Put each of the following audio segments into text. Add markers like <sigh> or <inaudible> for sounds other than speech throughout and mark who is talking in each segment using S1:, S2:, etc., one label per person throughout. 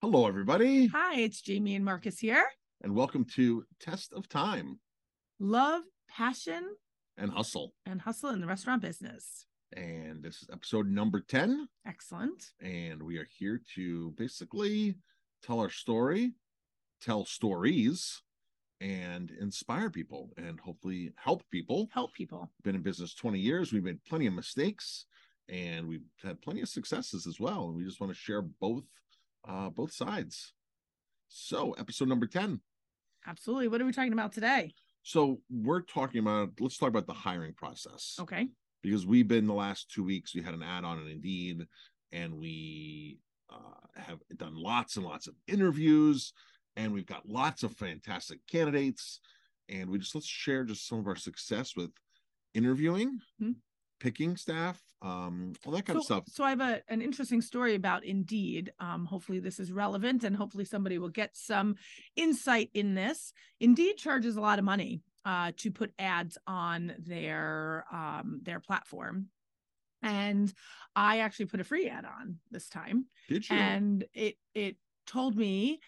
S1: Hello, everybody,
S2: Hi, it's Jamie and Marcus here.
S1: and welcome to Test of Time
S2: Love, passion,
S1: and Hustle.
S2: and hustle in the restaurant business.
S1: And this is episode number 10.
S2: Excellent.
S1: And we are here to basically tell our story, tell stories, and inspire people and hopefully help people.
S2: Help people.
S1: Been in business 20 years. We've made plenty of mistakes and we've had plenty of successes as well. And we just want to share both uh both sides. So episode number 10.
S2: Absolutely. What are we talking about today?
S1: So we're talking about let's talk about the hiring process.
S2: Okay.
S1: because we've been the last two weeks we had an ad on an indeed and we uh, have done lots and lots of interviews and we've got lots of fantastic candidates and we just let's share just some of our success with interviewing
S2: Hmm.
S1: picking staff um all that kind
S2: So,
S1: of stuff
S2: so I have a, an interesting story about Indeed. Um, hopefully, this is relevant and hopefully somebody will get some insight in this. Indeed charges a lot of money uh, to put ads on their um, their platform. And I actually put a free ad on this time.
S1: did you
S2: and it it told me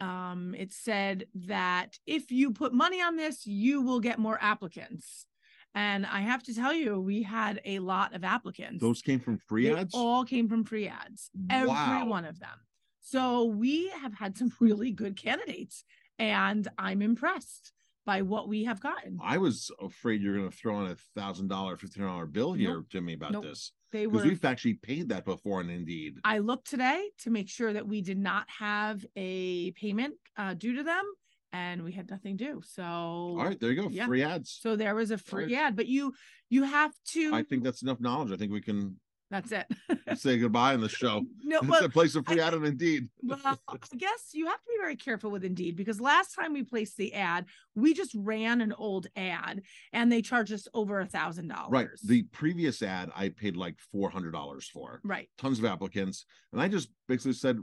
S2: um it said that if you put money on this you will get more applicants and i have to tell you we had a lot of applicants
S1: those came from free
S2: They
S1: ads
S2: all came from free ads every
S1: Wow.
S2: one of them so we have had some <laughs> really good candidates and i'm impressed by what we have gotten
S1: i was afraid you're going to throw in a thousand dollar fifteen dollar bill here
S2: Nope.
S1: jimmy about
S2: Nope.
S1: this
S2: they
S1: because
S2: were
S1: we've actually paid that before on indeed
S2: I looked today to make sure that we did not have a payment uh, due to them, and we had nothing due. So,
S1: all right there you go
S2: yeah.
S1: free ads
S2: so there was a free
S1: right.
S2: ad, but you you have to.
S1: I think that's enough knowledge. I think we can
S2: that's it.
S1: say goodbee on the show.
S2: <laughs>
S1: <laughs>
S2: no,
S1: It's
S2: well,
S1: a place of free
S2: I-
S1: ad and indeed.
S2: <laughs> well, I guess you have to be very careful with Indeed because last time we placed the ad, we just ran an old ad, and they charged us over a thousand dollars.
S1: Right. The previous ad I paid like four hundred dollars for.
S2: right,
S1: Tons of applicants. And I just basically said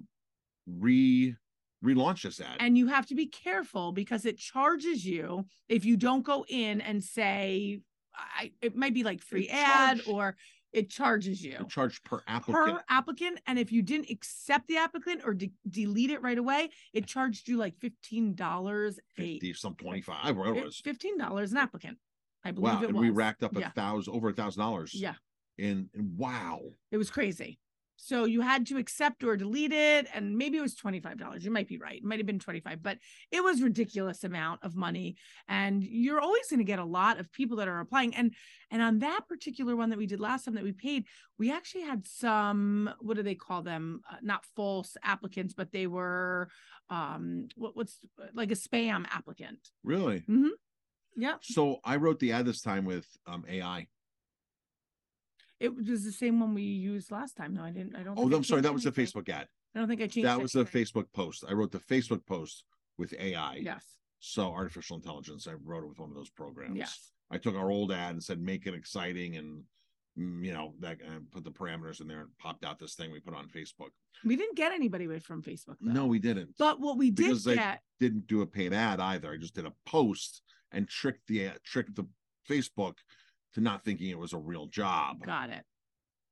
S1: re relaunch this ad.
S2: and you have to be careful because it charges you if you don't go in and say I, it might be like free ad
S1: charge-
S2: or it charges you
S1: You charge per applicant.
S2: per applicant and if you didn't accept the applicant or de- delete it right away it charged you like $15 a
S1: 50, some 25, whatever it was.
S2: $15 an applicant i believe
S1: Wow.
S2: it
S1: And
S2: was
S1: we racked up a
S2: yeah
S1: thousand over a thousand dollars.
S2: yeah
S1: And and wow.
S2: it was crazy so you had to accept or delete it and maybe it was $25 you might be right it might have been 25 but it was ridiculous amount of money and you're always going to get a lot of people that are applying and and on that particular one that we did last time that we paid we actually had some what do they call them uh, not false applicants but they were um what, what's like a spam applicant
S1: Really?
S2: Mm-hmm. yeah
S1: So I wrote the ad this time with um AI.
S2: it was the same one we used last time though i didn't i don't
S1: Oh,
S2: think I
S1: I'm sorry. That
S2: changed
S1: was the
S2: anything.
S1: Facebook ad.
S2: i don't think i changed
S1: That was the
S2: anything.
S1: Facebook post. I wrote the Facebook post with AI.
S2: yes
S1: so artificial intelligence i wrote it with one of those programs
S2: yes
S1: i took our old ad and said make it exciting and mm, you know that and put the parameters in there and popped out this thing we put on facebook
S2: We didn't get anybody with- from Facebook. Though.
S1: no we didn't
S2: But what we did
S1: Because they-
S2: get,
S1: didn't do a paid ad either i just did a post and tricked the tricked the facebook to not thinking it was a real job
S2: got it.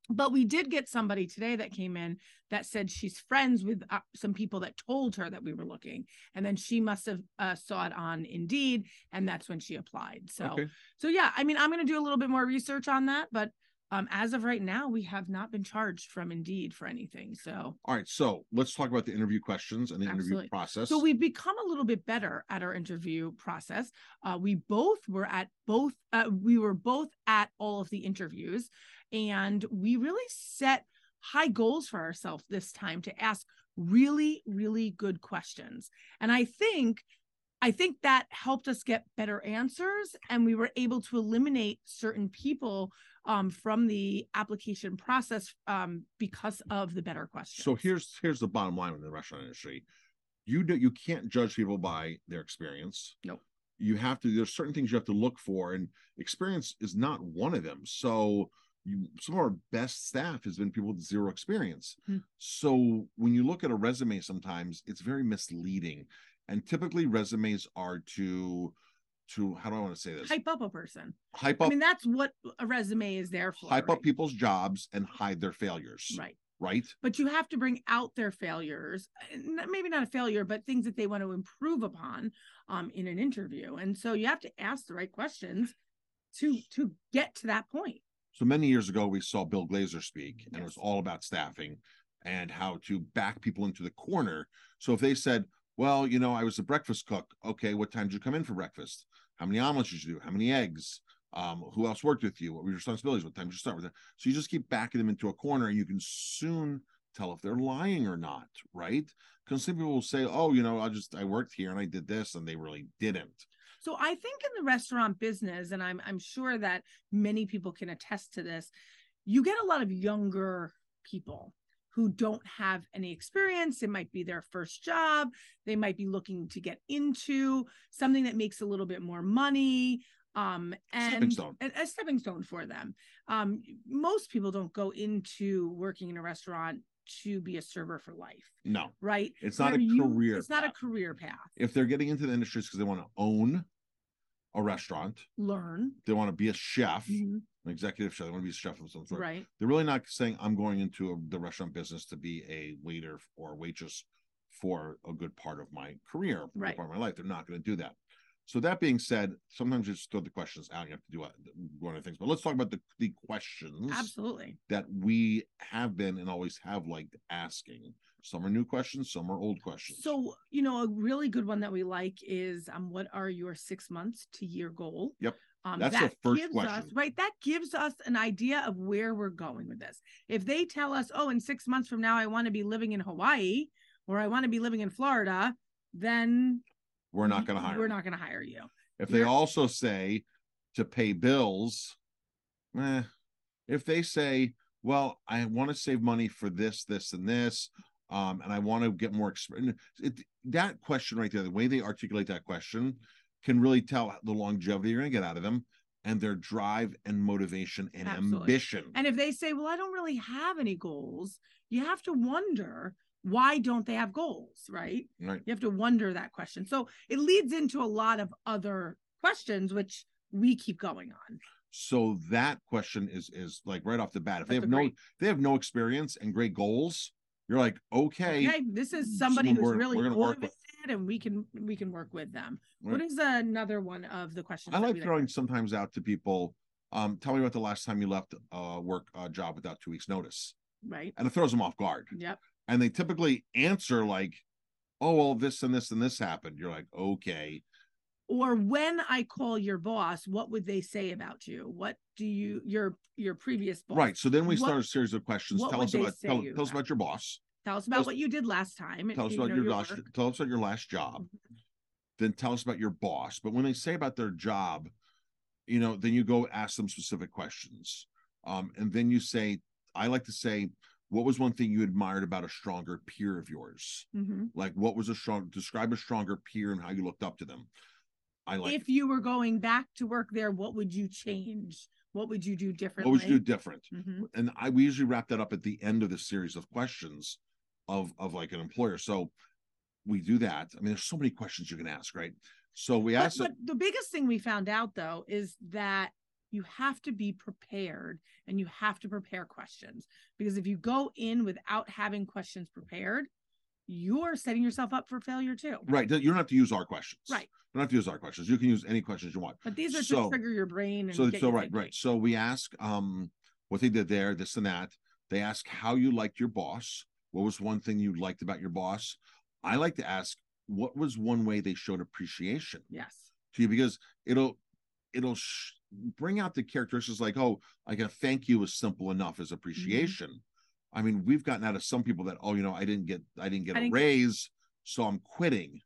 S2: But we did get somebody today that came in that said she's friends with uh, some people that told her that we were looking, and then she must have uh, saw it on Indeed, and that's when she applied. So,
S1: okay
S2: so yeah, I mean, I'm going to do a little bit more research on that, but um, as of right now, we have not been charged from Indeed for anything. So,
S1: all right so let's talk about the interview questions and the interview
S2: Absolutely.
S1: process
S2: So we've become a little bit better at our interview process. Uh, we both were at both. Uh, we were both at all of the interviews, and we really set high goals for ourselves this time to ask really, really good questions. And I think, I think that helped us get better answers, and we were able to eliminate certain people um, from the application process um, because of the better questions.
S1: So here's here's the bottom line in the restaurant industry. You do, you can't judge people by their experience.
S2: Nope.
S1: You have to there's certain things you have to look for and experience is not one of them. So you, some of our best staff has been people with zero experience.
S2: Hmm.
S1: So when you look at a resume sometimes it's very misleading. And typically resumes are to to how do I want to say this?
S2: hype up a person.
S1: Hype
S2: I
S1: up
S2: mean, that's what a resume is there for.
S1: hype
S2: right?
S1: up people's jobs and hide their failures.
S2: Right.
S1: right?
S2: but you have to bring out their failures n- maybe not a failure but things that they want to improve upon um, in an interview and so you have to ask the right questions to to get to that point
S1: So many years ago, we saw Bill Glazer speak, and it was
S2: Yes.
S1: all about staffing and how to back people into the corner. So if they said, Well, you know, I was a breakfast cook. Okay, what time did you come in for breakfast? How many omelets did you do? How many eggs? Um, who else worked with you? What were your responsibilities? What time did you start with them? So you just keep backing them into a corner, and you can soon tell if they're lying or not, right? Because some people will say, Oh, you know, I just I worked here and I did this, and they really didn't.
S2: So I think in the restaurant business, and I'm I'm sure that many people can attest to this, you get a lot of younger people who don't have any experience. It might be their first job. They might be looking to get into something that makes a little bit more money. Um,
S1: Stepping
S2: and
S1: stone.
S2: a, a stepping stone for them. Um, most people don't go into working in a restaurant to be a server for life,
S1: No,
S2: right?
S1: it's not a
S2: Where you-
S1: career.
S2: It's not a
S1: path.
S2: career path.
S1: if they're getting into the industry because they want to own a restaurant,
S2: Learn,
S1: they want to be a chef,
S2: Mhm.
S1: an executive chef, they want to be a chef of some sort.
S2: right?
S1: They're really not saying I'm going into a, the restaurant business to be a waiter or waitress for a good part of my career, for a good
S2: Right.
S1: part of my life. They're not going to do that. So that being said, sometimes you just throw the questions out. You have to do uh, one of the things, but let's talk about the, the questions
S2: Absolutely.
S1: that we have been and always have liked asking. Some are new questions, some are old questions.
S2: So, you know, a really good one that we like is um, what are your six months to year goal?
S1: Yep.
S2: Um,
S1: That's the
S2: that
S1: first
S2: gives us
S1: question.
S2: right. That gives us an idea of where we're going with this. If they tell us, oh, in six months from now, I want to be living in Hawaii or I want to be living in Florida, then
S1: we're not
S2: y-
S1: going to hire.
S2: We're
S1: them.
S2: not going to hire you.
S1: If they
S2: You're-
S1: also say to pay bills, eh, if they say, well, I want to save money for this, this, and this, um, and I want to get more experience, it, that question right there, the way they articulate that question can really tell the longevity you're going to get out of them and their drive and motivation and
S2: Absolutely.
S1: ambition.
S2: And if they say, well, I don't really have any goals, you have to wonder why don't they have goals, right?
S1: right.
S2: You have to wonder that question. So it leads into a lot of other questions, which we keep going on.
S1: So that question is is like right off the bat. If they
S2: That's
S1: have
S2: a
S1: no
S2: great-
S1: they have no experience and great goals, you're like, okay,
S2: Okay, this is somebody who's
S1: someone we're-
S2: really
S1: we're gonna work
S2: motivated,
S1: with.
S2: and we can we can work with them. What
S1: Right.
S2: is another one of the questions?
S1: I
S2: that
S1: like
S2: we
S1: throwing sometimes out to people. Um, tell me about the last time you left a work uh, job without two weeks' notice,
S2: right.
S1: and it throws them off guard.
S2: Yep.
S1: And they typically answer like, "Oh, well, this and this and this happened." You're like, "Okay,
S2: Or when I call your boss, what would they say about you? What do you your your previous boss?
S1: right." So then we
S2: What-
S1: start a series of questions.
S2: what
S1: Tell
S2: would
S1: us
S2: they
S1: about
S2: say
S1: tell,
S2: you
S1: tell us
S2: about?
S1: about your boss.
S2: Tell us
S1: tell
S2: about
S1: us-
S2: what you did last time.
S1: Tell us
S2: you
S1: about
S2: know,
S1: your, last.
S2: work. Mm-hmm.
S1: Tell us about your last job. Then tell us about your boss. But when they say about their job, you know, then you go ask them specific questions. Um, and then you say, I like to say, what was one thing you admired about a stronger peer of yours?
S2: Mhm.
S1: Like, what was a strong, describe a stronger peer and how you looked up to them. I like,
S2: If you were going back to work there, what would you change? What would you do
S1: what
S2: differently?
S1: would you do different?
S2: Mhm.
S1: And I, we usually wrap that up at the end of the series of questions of, of like an employer. So we do that. I mean, there's so many questions you can ask, right? So we
S2: But,
S1: ask, them-
S2: but the biggest thing we found out though is that you have to be prepared and you have to prepare questions because if you go in without having questions prepared, you're setting yourself up for failure too.
S1: right. You don't have to use our questions.
S2: Right.
S1: You don't have to use our questions. You can use any questions you want.
S2: But these are to
S1: So-
S2: trigger your brain and
S1: so
S2: get
S1: so
S2: you
S1: right
S2: thinking.
S1: right so we ask um what they did there this and that they ask how you liked your boss what was one thing you liked about your boss i like to ask what was one way they showed appreciation
S2: Yes.
S1: to you because it'll it'll sh- bring out the characteristics like oh like a thank you is simple enough
S2: Mm-hmm.
S1: as appreciation i mean we've gotten out of some people that oh you know i didn't get i didn't get
S2: I
S1: a
S2: didn't get-
S1: raise so i'm quitting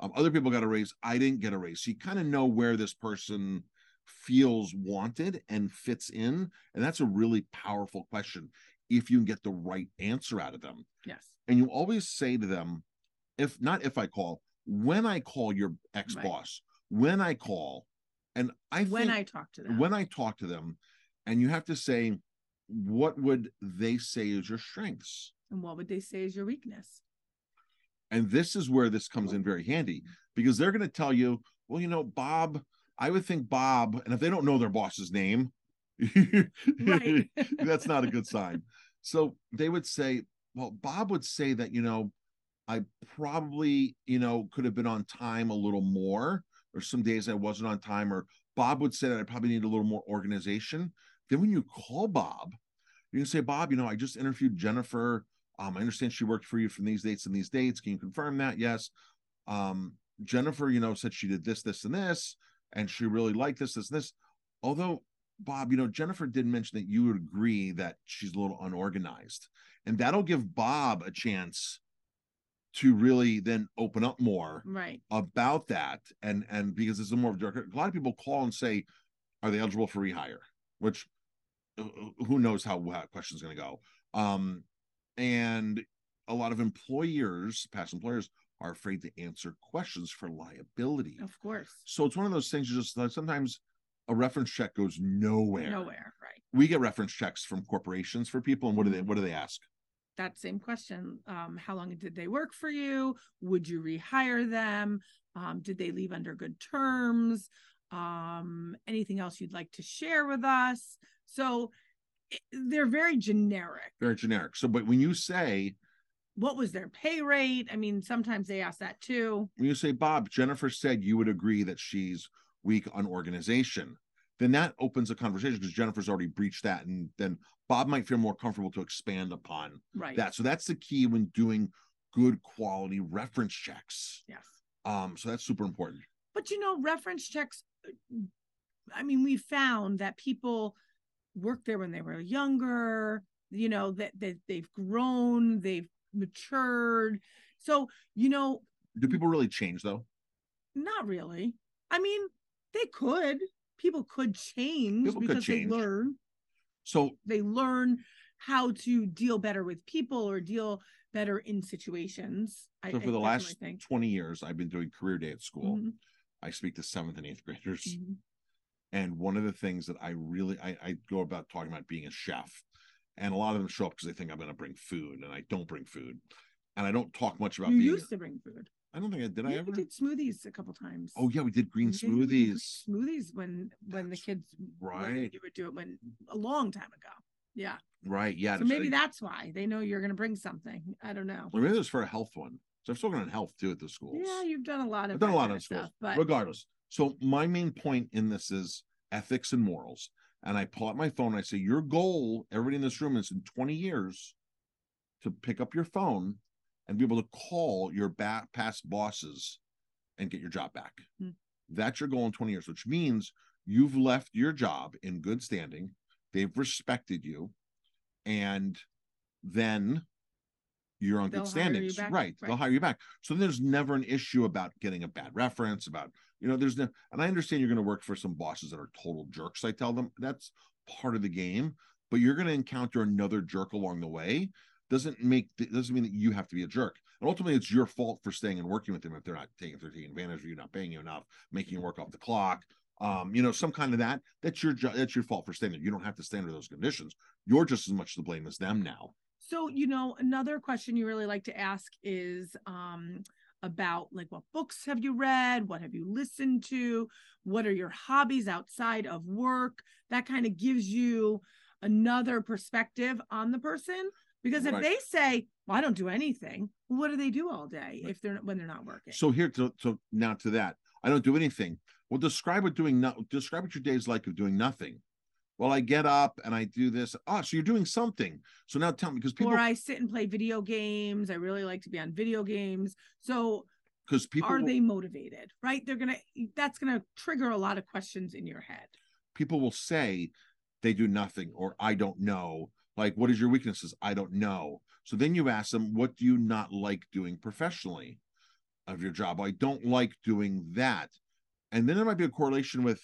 S1: um, other people got a raise i didn't get a raise so you kind of know where this person feels wanted and fits in and that's a really powerful question if you can get the right answer out of them
S2: Yes.
S1: and you always say to them if not if i call when i call your ex-boss when i call and i
S2: when
S1: think
S2: I talk to them.
S1: when i talk to them and you have to say what would they say is your strengths
S2: and what would they say is
S1: <laughs>
S2: your weakness?
S1: and this is where this comes in very handy because they're going to tell you well you know bob i would think <laughs> bob and if they don't know their boss's name
S2: Right.
S1: <laughs> that's not a good sign So they would say, well, Bob would say that, you know, I probably, you know, could have been on time a little more, or some days I wasn't on time, or Bob would say that I probably need a little more organization. Then when you call Bob, you can say, Bob, you know, I just interviewed Jennifer. Um, I understand she worked for you from these dates and these dates. Can you confirm that? Yes. Um, Jennifer, you know, said she did this, this, and this, and she really liked this, this, and this. Although, Bob, you know, Jennifer did mention that you would agree that she's a little unorganized. And that'll give Bob a chance to really then open up more
S2: <laughs> Right.
S1: about that. And and because it's a more of a direct- a lot of people call and say, are they eligible for rehire? Which uh, who knows how that question's going to go. Um, and a lot of employers, past employers, are afraid to answer questions for liability.
S2: Of course.
S1: So it's one of those things. You just like sometimes a reference check goes nowhere.
S2: Nowhere. Right.
S1: We get reference checks from corporations for people, and what do they what do they ask?
S2: That same question. Um, how long did they work for you? Would you rehire them? Um, did they leave under good terms? Um, anything else you'd like to share with us? So it, they're very generic.
S1: Very generic. So, but when you say
S2: What was their pay rate? I mean, sometimes they ask that too.
S1: when you say Bob, Jennifer said you would agree that she's weak on organization, then that opens a conversation because Jennifer's already breached that, and then Bob might feel more comfortable to expand upon
S2: Right.
S1: that. So that's the key when doing good quality reference checks.
S2: yes.
S1: Um, so that's super important.
S2: But you know, reference checks, uh, I mean, we found that people worked there when they were younger, you know, that, that they've grown, they've matured. So, you know,
S1: Do people really change though?
S2: not really. I mean, they could. People could change
S1: People could
S2: because
S1: change.
S2: they learn.
S1: So
S2: They learn how to deal better with people or deal better in situations. I,
S1: So
S2: I
S1: for the last
S2: definitely think.
S1: 20 years, I've been doing career day at school.
S2: Mhm,
S1: I speak to seventh and eighth graders.
S2: mhm.
S1: And one of the things that I really I, I go about talking about being a chef. And a lot of them show up because they think I'm gonna bring food and I don't bring food. And I don't talk much about
S2: You
S1: being
S2: used to bring food.
S1: I don't think I did I
S2: Yeah,
S1: ever
S2: we did smoothies a couple times.
S1: Oh yeah, we did green
S2: Yeah, you did green
S1: smoothies.
S2: smoothies when when the
S1: That's
S2: kids were-
S1: right.
S2: you would do it when a long time ago yeah
S1: Right. Yeah.
S2: so
S1: there's-
S2: maybe that's why they know you're going to bring something i don't know
S1: or maybe it was for a health one. So I've spoken on health too at the schools.
S2: yeah you've done a lot of
S1: I've done a
S2: that
S1: lot
S2: kind
S1: on
S2: of
S1: schools.
S2: stuff but
S1: Regardless. So my main point in this is ethics and morals. And I pull out my phone. I say, your goal, everybody in this room, is in 20 years to pick up your phone and be able to call your back past bosses and get your job back.
S2: Hmm.
S1: That's your goal in 20 years, which means you've left your job in good standing. They've respected you. And then you're on
S2: They'll
S1: good
S2: hire you
S1: standings.
S2: back,
S1: Right. They'll
S2: right.
S1: hire you back. So there's never an issue about getting a bad reference, about, you know, there's no, and I understand you're going to work for some bosses that are total jerks. I tell them that's part of the game, but you're going to encounter another jerk along the way. Doesn't make, doesn't mean that you have to be a jerk. And ultimately, it's your fault for staying and working with them if they're not taking, if they're taking advantage of you, not paying you enough, making you work off the clock. Um, you know, some kind of that. That's your jo- that's your fault for staying there. You don't have to stay under those conditions. You're just as much to blame as them now.
S2: so you know another question you really like to ask is um about like what books have you read what have you listened to what are your hobbies outside of work that kind of gives you another perspective on the person because if
S1: Right.
S2: they say well, i don't do anything what do they do all day
S1: Right.
S2: if they're when they're not working
S1: So here to, to now to that, I don't do anything. Well, describe what doing not describe what your day is like of doing nothing. Well, I get up and I do this. Ah, so you're doing something. So now tell me because people
S2: or i sit and play video games i really like to be on video games so
S1: because people
S2: are
S1: will-
S2: they motivated right they're gonna that's gonna trigger a lot of questions in your head
S1: people will say they do nothing or I don't know. Like, what is your weaknesses? I don't know. So then you ask them, what do you not like doing professionally of your job? I don't like doing that. And then there might be a correlation with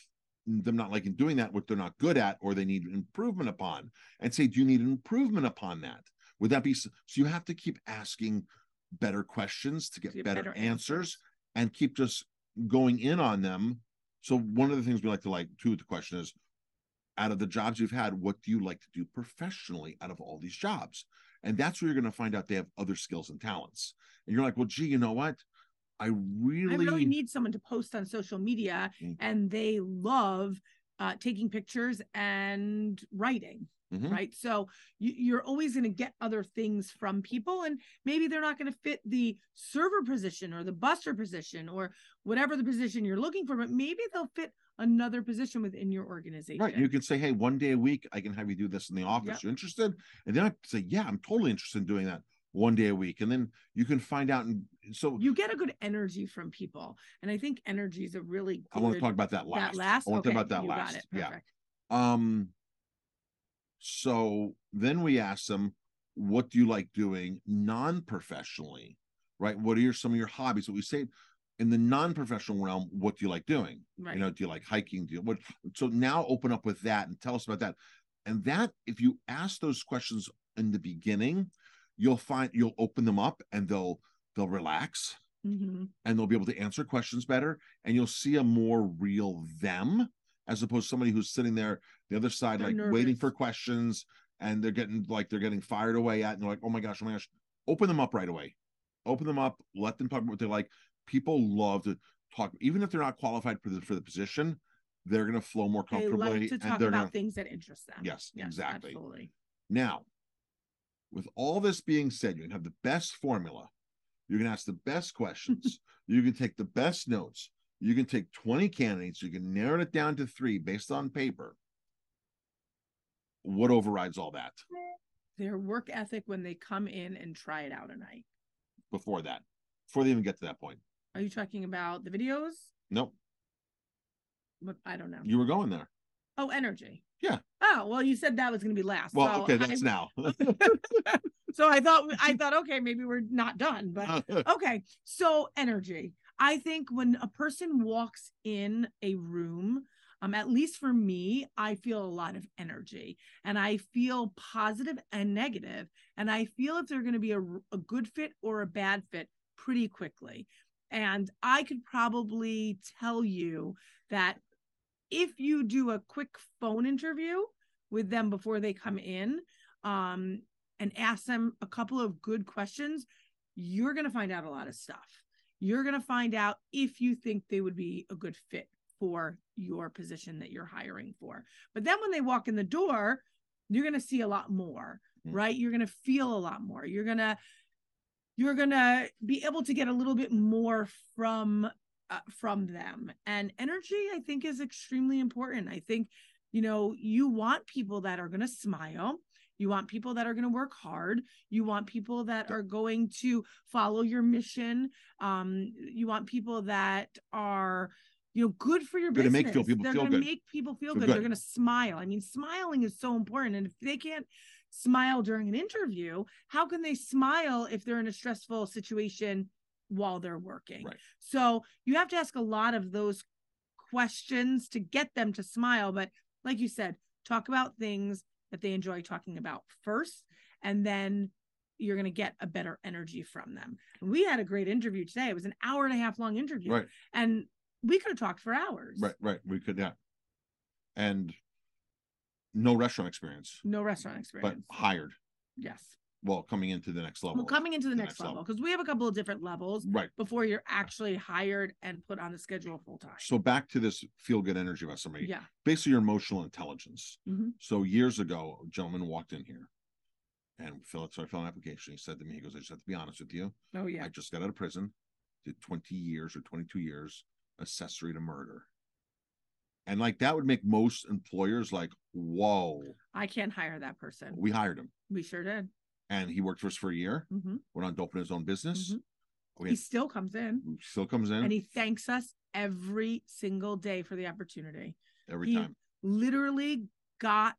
S1: them not liking doing that, what they're not good at, or they need improvement upon. And say, do you need improvement upon that? Would that be s- so? You have to keep asking better questions to get,
S2: To get
S1: better,
S2: better
S1: answers and keep just going in on them. So one of the things we like to like too with the question is out of the jobs you've had, what do you like to do professionally out of all these jobs? And that's where you're going to find out they have other skills and talents. And you're like, well, gee, you know what? I really,
S2: I really need someone to post on social media
S1: Mm.
S2: and they love uh, taking pictures and writing
S1: Mhm.
S2: right so you, you're always going to get other things from people and maybe they're not going to fit the server position or the buster position or whatever the position you're looking for but maybe they'll fit another position within your organization
S1: Right. You can say, hey, one day a week, I can have you do this in the office.
S2: Yep.
S1: You interested? And then I say, yeah, I'm totally interested in doing that one day a week. And then you can find out. And so
S2: you get a good energy from people and i think energy is a really good
S1: I want to talk about that last.
S2: that last
S1: I want to
S2: Okay,
S1: talk about that
S2: you
S1: last.
S2: got it.
S1: Yeah.
S2: Perfect.
S1: Um, so then we asked them, what do you like doing non-professionally? Right? What are your some of your hobbies? What we say in the non-professional realm, what do you like doing?
S2: right
S1: You know, do you like hiking? Do you what so now open up with that and tell us about that. And that if you ask those questions in the beginning, you'll find you'll open them up and they'll they'll relax
S2: Mhm.
S1: and they'll be able to answer questions better and you'll see a more real them as opposed to somebody who's sitting there the other side
S2: They're
S1: like waiting
S2: nervous.
S1: for questions and they're getting like they're getting fired away at and they're like oh my gosh oh my gosh open them up right away open them up let them talk about what they like people love to talk even if they're not qualified for the for the position they're going to flow more
S2: they
S1: comfortably
S2: like to talk
S1: and they're
S2: about
S1: gonna-
S2: things that interest them
S1: yes, exactly
S2: absolutely
S1: now, with all this being said, you can have the best formula. You can ask the best
S2: <laughs>
S1: questions. you can take the best notes. You can take 20 candidates. You can narrow it down to three based on paper. What overrides all that
S2: their work ethic when they come in and try it out a night
S1: before that? Before they even get to that point?
S2: are you talking about the videos
S1: Nope.
S2: What- i don't know
S1: You were going there.
S2: oh energy
S1: Yeah.
S2: oh well you said that was going to be last
S1: Well,
S2: so
S1: okay,
S2: I,
S1: that's now.
S2: <laughs> so i thought i thought okay maybe we're not done but okay so energy i think when a person walks in a room um, at least for me i feel a lot of energy and i feel positive and negative and i feel if they're going to be a, r- a good fit or a bad fit pretty quickly and i could probably tell you that if you do a quick phone interview with them before they come in um, and ask them a couple of good questions you're going to find out a lot of stuff. You're going to find out if you think they would be a good fit for your position that you're hiring for. But then when they walk in the door, you're going to see a lot more,
S1: Mhm.
S2: right? You're going to feel a lot more. You're going to you're going to be able to get a little bit more from uh, from them. And energy I think is extremely important. I think you know, you want people that are going to smile. You want people that are going to work hard. You want people that are going to follow your mission. Um, you want people that are, you know, good for your
S1: Gonna
S2: business.
S1: make feel- people
S2: They're
S1: feel
S2: gonna
S1: good.
S2: make people feel
S1: Feel
S2: good.
S1: good.
S2: They're gonna smile. I mean, smiling is so important. And if they can't smile during an interview, how can they smile if they're in a stressful situation while they're working?
S1: Right.
S2: So you have to ask a lot of those questions to get them to smile. But like you said, talk about things that they enjoy talking about first, and then you're going to get a better energy from them. And we had a great interview today. It was an hour and a half long interview,
S1: <laughs> Right.
S2: and we could have talked for hours.
S1: right, right. We could, yeah. And no restaurant experience,
S2: No restaurant experience.
S1: but hired.
S2: yes.
S1: Well, coming into the next level.
S2: Well, coming into the,
S1: the
S2: next,
S1: next
S2: level
S1: level.
S2: because we have a couple of different levels
S1: right.
S2: before you're actually hired and put on the schedule full time.
S1: So back to this feel good energy about somebody.
S2: yeah.
S1: basically your emotional intelligence.
S2: Mhm.
S1: So years ago, a gentleman walked in here and filled so I filled an application. He said to me, he goes, I just have to be honest with you.
S2: Oh yeah.
S1: I just got out of prison, did 20 years or 22 years, accessory to murder. And like that would make most employers like, whoa,
S2: I can't hire that person.
S1: we hired him.
S2: We sure did.
S1: And he worked for us for a year,
S2: hmm
S1: went on to open his own business.
S2: Mhm.
S1: We
S2: He
S1: had,
S2: still comes in.
S1: still comes in
S2: and he thanks us every single day for the opportunity.
S1: every
S2: he-
S1: time.
S2: Literally got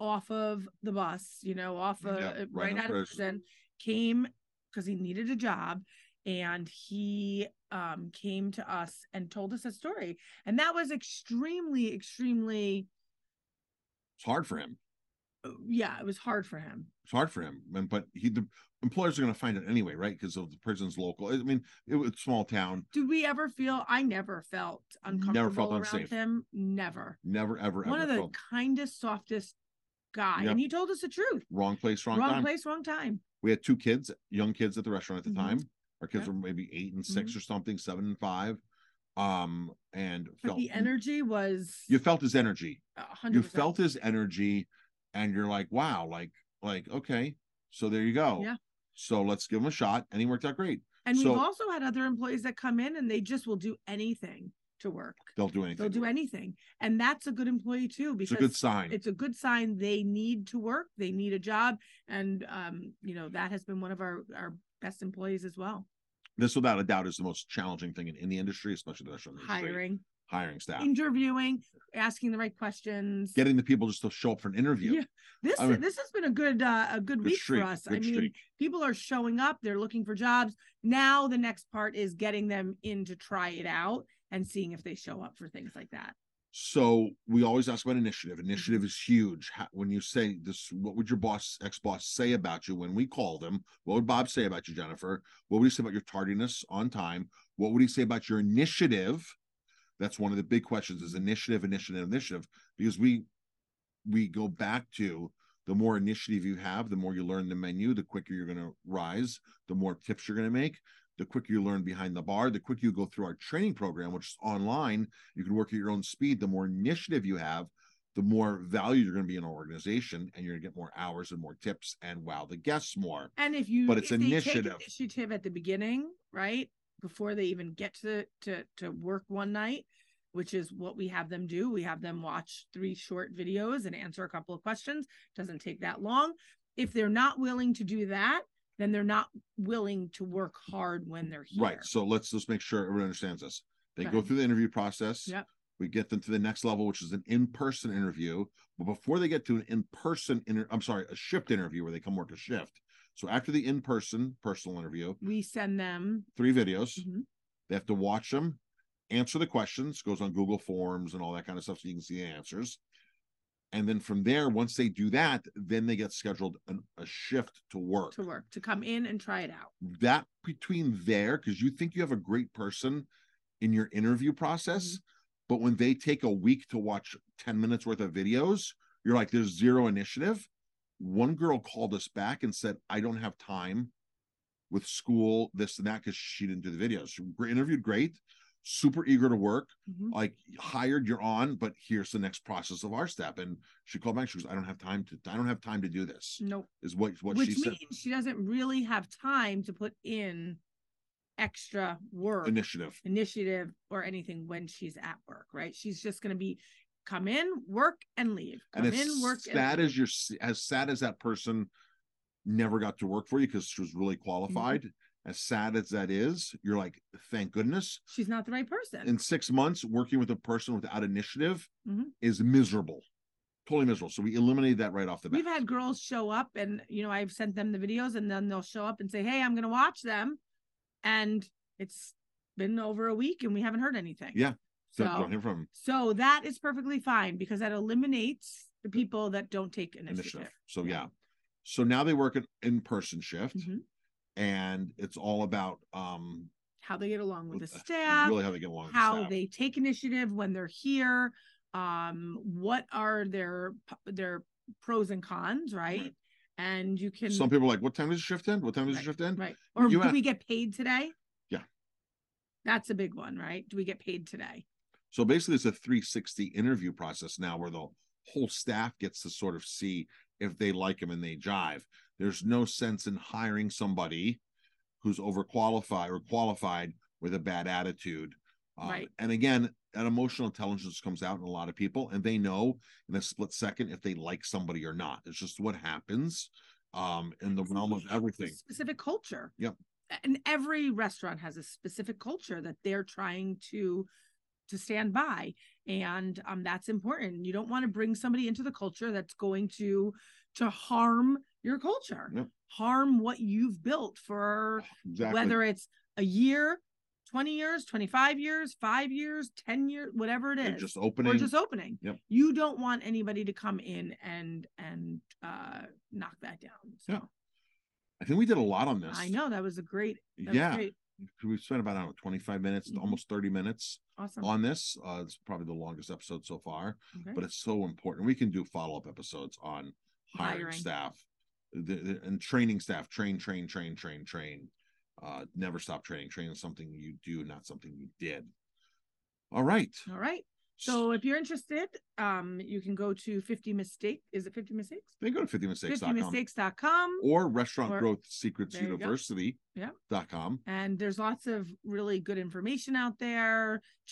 S2: off of the bus, you know, off of uh,
S1: Yeah,
S2: right,
S1: right
S2: out
S1: after
S2: of
S1: his-
S2: prison, came because he needed a job and he um came to us and told us a story. And that was extremely, extremely uh,
S1: It's hard for him.
S2: yeah, it was hard for him.
S1: it's hard for him. And but he the employers are going to find it anyway, right? Because of the prison's local. I mean, it was a small town.
S2: Did we ever feel I never felt
S1: Never
S2: uncomfortable
S1: felt
S2: around
S1: unsafe.
S2: him? Never.
S1: Never ever
S2: One
S1: ever
S2: of the
S1: felt
S2: kindest, softest guy.
S1: Yep.
S2: And he told us the truth.
S1: wrong place, wrong,
S2: wrong
S1: time.
S2: place, wrong time.
S1: We had two kids, young kids at the restaurant at the
S2: Mhm.
S1: time. Our kids
S2: Yep. Mm-hmm.
S1: were maybe eight and 6 or something, seven and five. um and
S2: But
S1: felt
S2: the energy was
S1: you felt his energy
S2: a hundred
S1: you
S2: percent.
S1: felt his energy and you're like wow like like okay so there you go
S2: Yeah.
S1: so let's give him a shot and he worked out great
S2: And
S1: so-
S2: we've also had other employees that come in and they just will do anything to work.
S1: they'll do anything
S2: They'll do anything. And that's a good employee too
S1: it's
S2: because
S1: a good sign
S2: it's a good sign they need to work, they need a job. And um, you know, that has been one of our, our best employees as well.
S1: this without a doubt is the most challenging thing in, in the industry especially the restaurant industry.
S2: Hiring,
S1: hiring staff
S2: interviewing, asking the right questions.
S1: getting the people just to show up for an interview
S2: Yeah, this
S1: I mean-
S2: this has been a good uh, a good,
S1: Good
S2: week
S1: streak,
S2: for us. I
S1: good
S2: mean,
S1: streak.
S2: people are showing up, they're looking for jobs. Now the next part is getting them in to try it out and seeing if they show up for things like that.
S1: so we always ask about initiative initiative is huge How, when you say this what would your boss ex-boss say about you when we call them what would bob say about you jennifer what would he say about your tardiness on time what would he say about your initiative that's one of the big questions is initiative initiative initiative because we we go back to the more initiative you have the more you learn the menu the quicker you're going to rise the more tips you're going to make the quicker you learn behind the bar the quicker you go through our training program which is online you can work at your own speed the more initiative you have the more value you're going to be in our organization and you're going to get more hours and more tips and wow the guests more
S2: And if you
S1: But it's
S2: if they take
S1: initiative.
S2: initiative at the beginning, right? Before they even get to to to work one night, which is what we have them do. We have them watch three short videos and answer a couple of questions. Doesn't take that long. If they're not willing to do that, then they're not willing to work hard when they're here.
S1: Right. So let's just make sure everyone understands this. They
S2: Go
S1: go
S2: ahead.
S1: through the interview process.
S2: Yep.
S1: We get them to the next level, which is an in-person interview. But before they get to an in-person, inter- I'm sorry, a shift interview where they come work a shift. So after the in-person personal interview,
S2: We send them
S1: three videos.
S2: Mhm.
S1: They have to watch them, answer the questions, goes on Google Forms and all that kind of stuff so you can see the answers. And then from there, once they do that, then they get scheduled an, a shift to work
S2: to work, to come in and try it out.
S1: that between there because you think you have a great person in your interview process
S2: Mm-hmm.
S1: but when they take a week to watch 10 minutes worth of videos you're like there's zero initiative one girl called us back and said i don't have time with school this and that because she didn't do the videos she gr- interviewed great super eager to work
S2: Mhm.
S1: like hired you're on but here's the next process of our step and she called back she goes i don't have time to i don't have time to do this
S2: Nope.
S1: is what what
S2: Which
S1: she
S2: means
S1: said
S2: she doesn't really have time to put in extra work.
S1: initiative
S2: initiative or anything when she's at work, right? She's just going to be come in, work, and leave. Come
S1: and as
S2: in, work,
S1: sad
S2: and leave.
S1: as you're as sad as that person never got to work for you because she was
S2: Mm-hmm.
S1: really qualified as sad as that is you're like thank goodness
S2: she's not the right person.
S1: in six months working with a person without initiative
S2: Mhm.
S1: is miserable totally miserable so we eliminated that right off the bat
S2: We've had girls show up, and you know, I've sent them the videos, and then they'll show up and say, "Hey, I'm going to watch them," and it's been over a week, and we haven't heard anything.
S1: Yeah.
S2: So,
S1: don't, don't hear from 'em.
S2: so that is perfectly fine because that eliminates the people that don't take
S1: initiative,
S2: initiative.
S1: so yeah.
S2: Yeah.
S1: so now they work an in-person shift
S2: Mhm.
S1: and it's all about um
S2: How they get along with the
S1: Uh,
S2: staff,
S1: really how they get along with the
S2: how
S1: staff.
S2: they take initiative when they're here um what are their p- their pros and cons right,
S1: Right.
S2: and you can
S1: some people are like what time does the shift end what time does
S2: Right,
S1: the shift end
S2: right or
S1: you
S2: do
S1: have-
S2: we get paid today
S1: Yeah.
S2: that's a big one right do we get paid today
S1: So basically, it's a 360 interview process now where the whole staff gets to sort of see if they like them and they jive. There's no sense in hiring somebody who's overqualified or qualified with a bad attitude. Um,
S2: Right.
S1: And again, that emotional intelligence comes out in a lot of people, and they know in a split second if they like somebody or not. It's just what happens um, in the realm of everything.
S2: specific culture
S1: Yep.
S2: and every restaurant has a specific culture that they're trying to to stand by and um that's important you don't want to bring somebody into the culture that's going to to harm your culture
S1: Yep.
S2: harm what you've built for
S1: Exactly.
S2: whether it's a year 20 years 25 years 5 years 10 years whatever it
S1: They're
S2: is
S1: just opening.
S2: or just opening
S1: Yep.
S2: you don't want anybody to come in and and uh knock that down so
S1: Yeah. I think we did a lot on this.
S2: i know that was a great that was
S1: Yeah.
S2: great.
S1: we spent about I don't know 25 minutes,
S2: Mhm.
S1: almost 30 minutes
S2: awesome
S1: on this. Uh, it's probably the longest episode so far,
S2: Okay.
S1: but it's so important. We can do follow up episodes on hiring,
S2: Hiring.
S1: staff the, the- and training staff. Train, train, train, train, train. Uh, never stop training. Training is something you do, not something you did. All right.
S2: All right. So if you're interested, um, you can go to 50 mistake. Is it 50 mistakes?
S1: They go to 50mistakes.com
S2: 50mistakes.com.
S1: or restaurant
S2: Or-
S1: growth secrets
S2: There you go.
S1: university
S2: Yeah.
S1: dot com.
S2: And there's lots of really good information out there.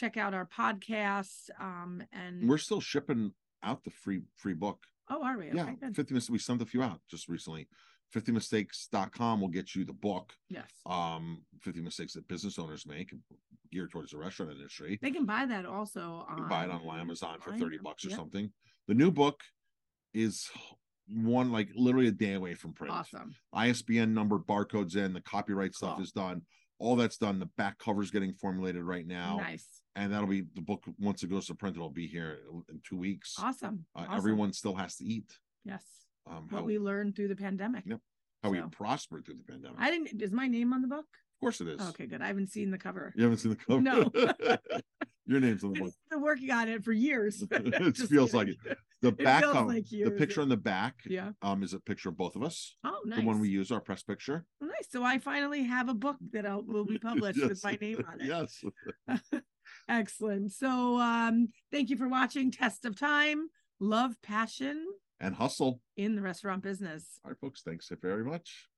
S2: Check out our podcasts. Um, and
S1: We're still shipping out the free free book.
S2: oh, are we? Okay,
S1: yeah.
S2: good.
S1: 50 mistakes. We sent a few out just recently. 50mistakes.com will get you the book.
S2: Yes.
S1: Um, 50 mistakes that business owners make geared towards the restaurant industry.
S2: They can buy that also
S1: You
S2: on
S1: can buy it on Amazon for
S2: online.
S1: 30 bucks or
S2: Yep.
S1: something. The new book is one like literally a day away from print.
S2: Awesome.
S1: ISBN number, barcodes in, the copyright stuff
S2: Cool.
S1: is done. All that's done. The back cover's getting formulated right now,
S2: Nice.
S1: and that'll be the book once it goes to print. It'll be here in two weeks.
S2: Awesome.
S1: Uh,
S2: Awesome.
S1: Everyone still has to eat.
S2: Yes.
S1: Um,
S2: What
S1: how
S2: we learned through the pandemic.
S1: Yep. how we
S2: so.
S1: prospered through the pandemic.
S2: I didn't. Is my name on the book?
S1: of course, it is.
S2: Okay, good. I haven't seen the cover.
S1: You haven't seen the cover.
S2: No.
S1: <laughs> Your name's on the book.
S2: I've been working on it for years.
S1: <laughs> It
S2: <laughs> Just
S1: feels
S2: kidding.
S1: The back
S2: feels
S1: cover,
S2: like
S1: the
S2: years,
S1: picture
S2: yeah.
S1: on the back,
S2: <laughs> Yeah.
S1: um, is a picture of both of us.
S2: Oh, nice.
S1: The one we use, our press picture.
S2: nice. So I finally have a book that I'll,
S1: <laughs>
S2: will be published with
S1: Yes.
S2: my name
S1: <laughs>
S2: on it.
S1: Yes.
S2: Excellent. So um, thank you for watching Test of Time, Love, Passion
S1: And hustle.
S2: in the Restaurant Business.
S1: All right, folks. Thanks very much.